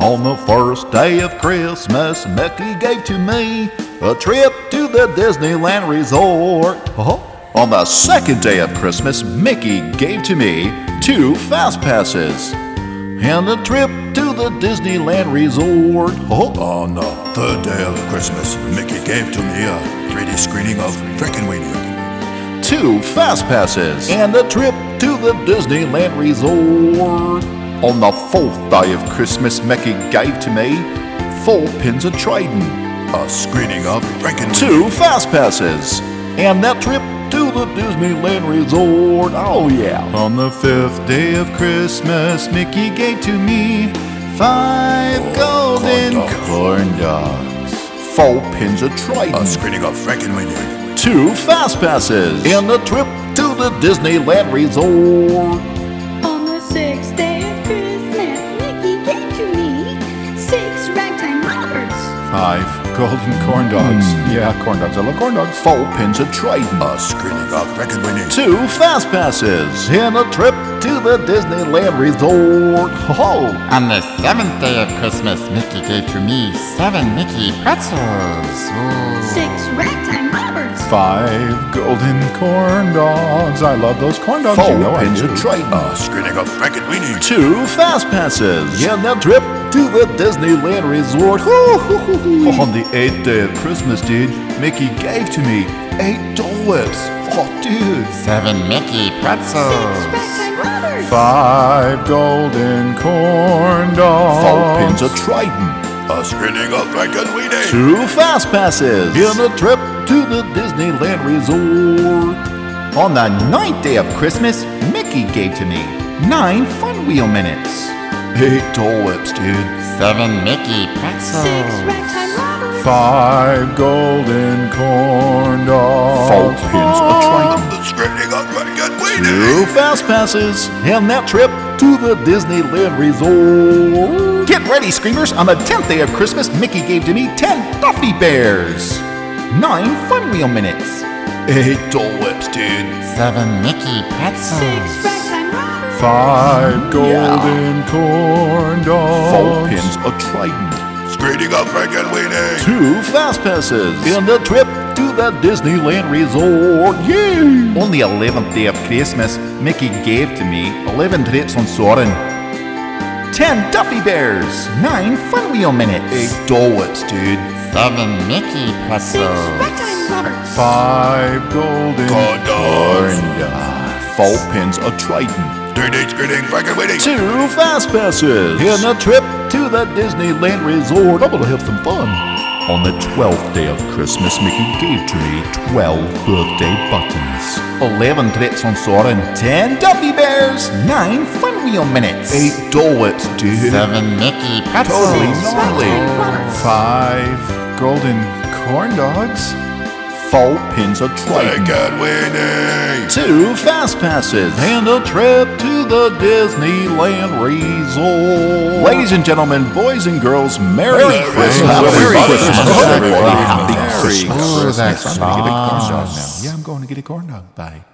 On the first day of Christmas, Mickey gave to me a trip to the Disneyland Resort. Uh-huh. On the second day of Christmas, Mickey gave to me two fast passes and a trip to the Disneyland Resort. Uh-huh. On the third day of Christmas, Mickey gave to me a 3D screening of Frankenweenie. two fast passes, and a trip to the Disneyland Resort. On the fourth day of Christmas, Mickey gave to me four pins of trading, A screening of Frankenweenie. two fast passes, and that trip to the Disneyland Resort. Oh yeah. On the fifth day of Christmas, Mickey gave to me five Oh, golden corn dogs. corn dogs, four pins of trading. A screening of Frankenweenie. two fast passes and a trip to the Disneyland Resort. On the sixth day of Christmas, Mickey gave to me six ragtime robbers, Five golden corn dogs. Yeah, corn dogs. I love corn dogs. Hmm. Four pins of Triton. A screening of Frankenweenie. Two fast passes and a trip to the Disneyland Resort. Oh, Ho! On the seventh day of Christmas, Mickey gave to me seven Mickey pretzels. Ooh. six ragtime robbers, Five golden corn dogs. I love those corn dogs. Four you know I pins do. of Triton. A screening of Frankenweenie. Two fast passes and a trip to the Disneyland Resort. On the eighth day of Christmas, dude, Mickey gave to me eight dollars. Oh, dude. Seven Mickey six pretzels. ragtime robbers, Five golden corn dogs. Four pins of Triton. A screening of Frankenweenie. Two fast passes in a trip to the Disneyland Resort. On the ninth day of Christmas, Mickey gave to me nine Fun Wheel minutes. Eight Dole Whips, dude. Seven Mickey six pretzels. ragtime robbers, Five golden corn Four dogs. pins of Triton. A screening of Frankenweenie. Two fast passes and that trip to the Disneyland Resort. Get ready, Screamers! On the tenth day of Christmas, Mickey gave to me ten Duffy Bears, nine Fun Wheel minutes. Eight Dole Whips, dude. Seven Mickey six pretzels. ragtime robbers, Five golden corn Four dogs. pins of Triton. Screening of Frankenweenie. two fast passes and a trip to the Disneyland Resort. Yay! On the 11th day of Christmas, Mickey gave to me 11 trips on Soren, 10 Duffy Bears, 9 Fun Wheel minutes, 8 Dole Whips, dude. Seven Mickey six pretzels. ragtime robbers, Five golden Corn dogs. And uh, 4 pins of Triton. 3D screening Frankenweenie. Two fast passes and a trip to the Disneyland Resort. I'm gonna have some fun. On the 12th day of Christmas, Mickey gave to me 12 birthday buttons. 11 trips on Soren, 10 Duffy Bears, 9 Fun Wheel minutes, 8 Dole Whips, dude. Seven Mickey Totally pretzels. gnarly. Five golden corn dogs. 4 pins of Triton. Frankenweenie. Two fast passes and a trip to the Disneyland Resort. Ladies and gentlemen, boys and girls, Merry, Merry Christmas. Christmas. Merry Merry Christmas, Christmas, everyone. everyone. Merry Oh, that I'm gonna get a corn dog now. sauce. Yeah, I'm going to get a corn dog. Bye.